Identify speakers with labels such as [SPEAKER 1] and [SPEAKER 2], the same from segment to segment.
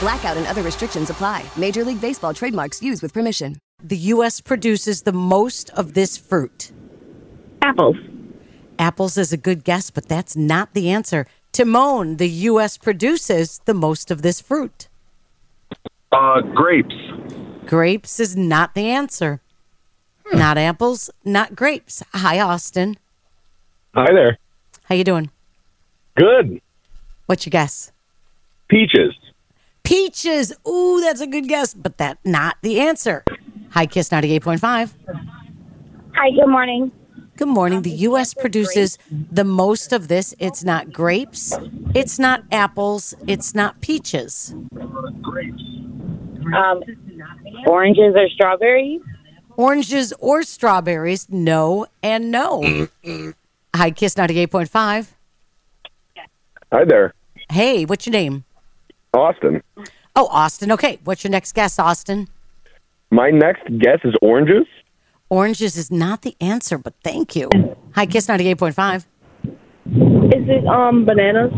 [SPEAKER 1] Blackout and other restrictions apply. Major League Baseball trademarks used with permission.
[SPEAKER 2] The U.S. produces the most of this fruit.
[SPEAKER 3] Apples.
[SPEAKER 2] Apples is a good guess, but that's not the answer. Timon, the U.S. produces the most of this fruit.
[SPEAKER 4] Uh, grapes.
[SPEAKER 2] Grapes is not the answer. Not apples, not grapes. Hi, Austin.
[SPEAKER 4] Hi there.
[SPEAKER 2] How you doing?
[SPEAKER 4] Good.
[SPEAKER 2] What's your guess?
[SPEAKER 4] Peaches.
[SPEAKER 2] Peaches. Ooh, that's a good guess, but that not the answer. Hi, Kiss ninety eight point five.
[SPEAKER 3] Hi, good morning.
[SPEAKER 2] Good morning. The U.S. produces the most of this. It's not grapes. It's not apples. It's not peaches.
[SPEAKER 3] Um, oranges or strawberries?
[SPEAKER 2] Oranges or strawberries? No and no.
[SPEAKER 5] Mm-hmm.
[SPEAKER 2] Hi, Kiss ninety eight point five.
[SPEAKER 4] Hi there.
[SPEAKER 2] Hey, what's your name?
[SPEAKER 4] Austin.
[SPEAKER 2] Oh, Austin. Okay, what's your next guess, Austin?
[SPEAKER 4] My next guess is oranges.
[SPEAKER 2] Oranges is not the answer, but thank you. Hi, Kiss 98.5.
[SPEAKER 3] Is it um bananas?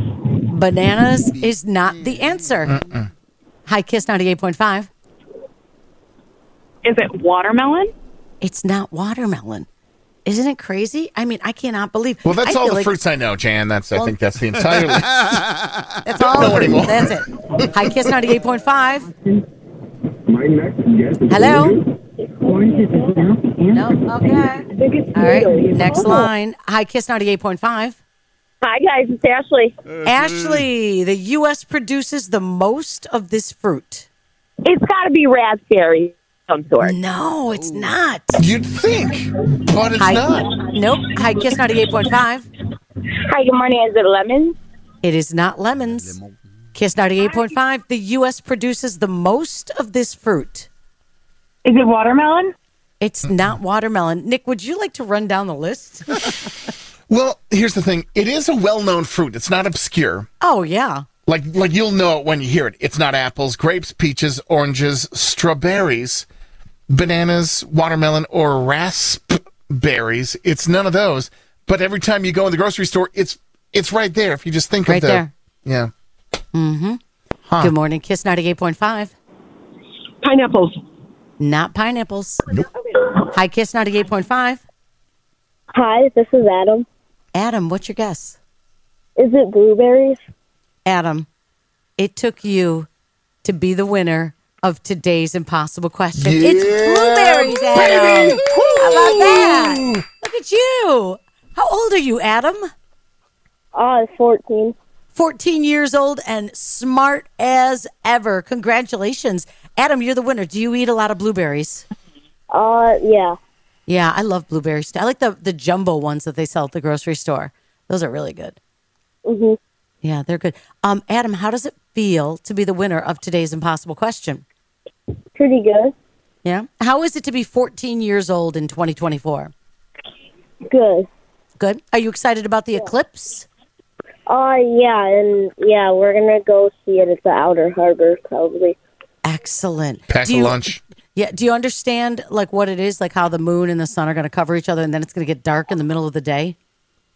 [SPEAKER 2] Bananas is not the answer. Hi, Kiss 98.5.
[SPEAKER 6] Is it watermelon?
[SPEAKER 2] It's not watermelon. Isn't it crazy? I mean, I cannot believe.
[SPEAKER 5] Well, that's
[SPEAKER 2] I
[SPEAKER 5] all
[SPEAKER 2] feel
[SPEAKER 5] the
[SPEAKER 2] like
[SPEAKER 5] fruits I know, Jan. That's I think that's the entire list.
[SPEAKER 2] That's all.
[SPEAKER 5] know anymore.
[SPEAKER 2] Oh, That's it. Hi, Kiss 98.5.
[SPEAKER 4] My next guess is
[SPEAKER 2] Hello? No. Okay. All right. Next line. Hi, Kiss 98.5.
[SPEAKER 3] Hi, guys. It's Ashley.
[SPEAKER 2] Ashley, the U.S. produces the most of this fruit.
[SPEAKER 3] It's got to be raspberry of some sort.
[SPEAKER 2] No, it's not.
[SPEAKER 5] You'd think, but it's
[SPEAKER 2] Hi.
[SPEAKER 5] not.
[SPEAKER 2] Nope. Hi, Kiss 98.5.
[SPEAKER 3] Hi, good morning. Is it lemon?
[SPEAKER 2] It is not lemons. Kiss 98.5. The U.S. produces the most of this fruit.
[SPEAKER 6] Is it watermelon?
[SPEAKER 2] It's not watermelon. Nick, would you like to run down the list?
[SPEAKER 5] Well, here's the thing. It is a well-known fruit. It's not obscure.
[SPEAKER 2] Oh, yeah.
[SPEAKER 5] Like like you'll know it when you hear it. It's not apples, grapes, peaches, oranges, strawberries, bananas, watermelon, or raspberries. It's none of those. But every time you go in the grocery store, it's it's right there. If you just think
[SPEAKER 2] Right
[SPEAKER 5] of the
[SPEAKER 2] there.
[SPEAKER 5] yeah.
[SPEAKER 2] Good morning, Kiss 98.5.
[SPEAKER 6] Pineapples.
[SPEAKER 2] Not pineapples. Hi, Kiss 98.5.
[SPEAKER 3] Hi, this is Adam.
[SPEAKER 2] Adam, what's your guess?
[SPEAKER 3] Is it blueberries?
[SPEAKER 2] Adam, it took you to be the winner of today's impossible question. It's blueberries, Adam. How about that? Look at you. How old are you, Adam?
[SPEAKER 3] Oh, it's 14.
[SPEAKER 2] 14 years old and smart as ever. Congratulations. Adam, you're the winner. Do you eat a lot of blueberries?
[SPEAKER 3] Uh, yeah.
[SPEAKER 2] Yeah, I love blueberries. I like the, the jumbo ones that they sell at the grocery store. Those are really good.
[SPEAKER 3] Mhm.
[SPEAKER 2] Yeah, they're good. Um, Adam, how does it feel to be the winner of today's impossible question?
[SPEAKER 3] Pretty good.
[SPEAKER 2] Yeah. How is it to be 14 years old in 2024?
[SPEAKER 3] Good.
[SPEAKER 2] Good. Are you excited about the eclipse?
[SPEAKER 3] Uh, yeah, and yeah, we're going to go see it at the Outer Harbor, probably.
[SPEAKER 2] Excellent.
[SPEAKER 5] Pack
[SPEAKER 2] Do
[SPEAKER 5] a
[SPEAKER 2] you-
[SPEAKER 5] lunch.
[SPEAKER 2] Yeah. Do you understand like what it is, like how the moon and the sun are going to cover each other, and then it's going to get dark in the middle of the day?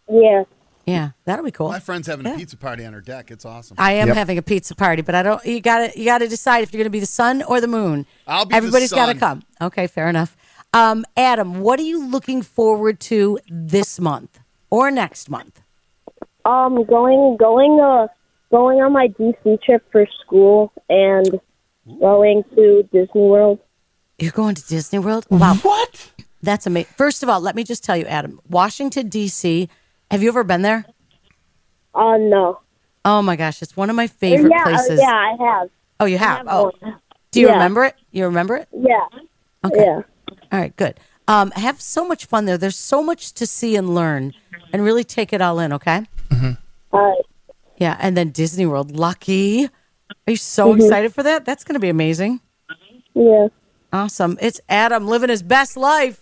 [SPEAKER 3] Yeah.
[SPEAKER 2] Yeah, that'll be cool.
[SPEAKER 7] My friend's having
[SPEAKER 2] Yeah.
[SPEAKER 7] a pizza party on her deck. It's awesome.
[SPEAKER 2] I am having a pizza party, but I don't. You got to you got to decide if you're going to be the sun or the moon.
[SPEAKER 7] I'll be the
[SPEAKER 2] Everybody's got to
[SPEAKER 7] sun.
[SPEAKER 2] come. Okay, fair enough. Um, Adam, what are you looking forward to this month or next month?
[SPEAKER 3] Um, going, going, uh, going on my DC trip for school and going to Disney World.
[SPEAKER 2] You're going to Disney World? Wow.
[SPEAKER 5] What?
[SPEAKER 2] That's amazing. First of all, let me just tell you, Adam, Washington, D.C., have you ever been there?
[SPEAKER 3] Oh, no.
[SPEAKER 2] Oh my gosh, it's one of my
[SPEAKER 3] Yeah,
[SPEAKER 2] favorite
[SPEAKER 3] uh,
[SPEAKER 2] places.
[SPEAKER 3] yeah, I have.
[SPEAKER 2] Oh, you have?
[SPEAKER 3] have
[SPEAKER 2] Oh.
[SPEAKER 3] one.
[SPEAKER 2] Do you
[SPEAKER 3] Yeah.
[SPEAKER 2] remember it? You remember it?
[SPEAKER 3] Yeah.
[SPEAKER 2] Okay.
[SPEAKER 3] Yeah.
[SPEAKER 2] All right, good. Um, have so much fun there. There's so much to see and learn and really take it all in, okay?
[SPEAKER 3] All right.
[SPEAKER 2] Yeah, and then Disney World. Lucky. Are you so excited for that? That's going to be amazing.
[SPEAKER 3] Yeah.
[SPEAKER 2] Awesome. It's Adam living his best life.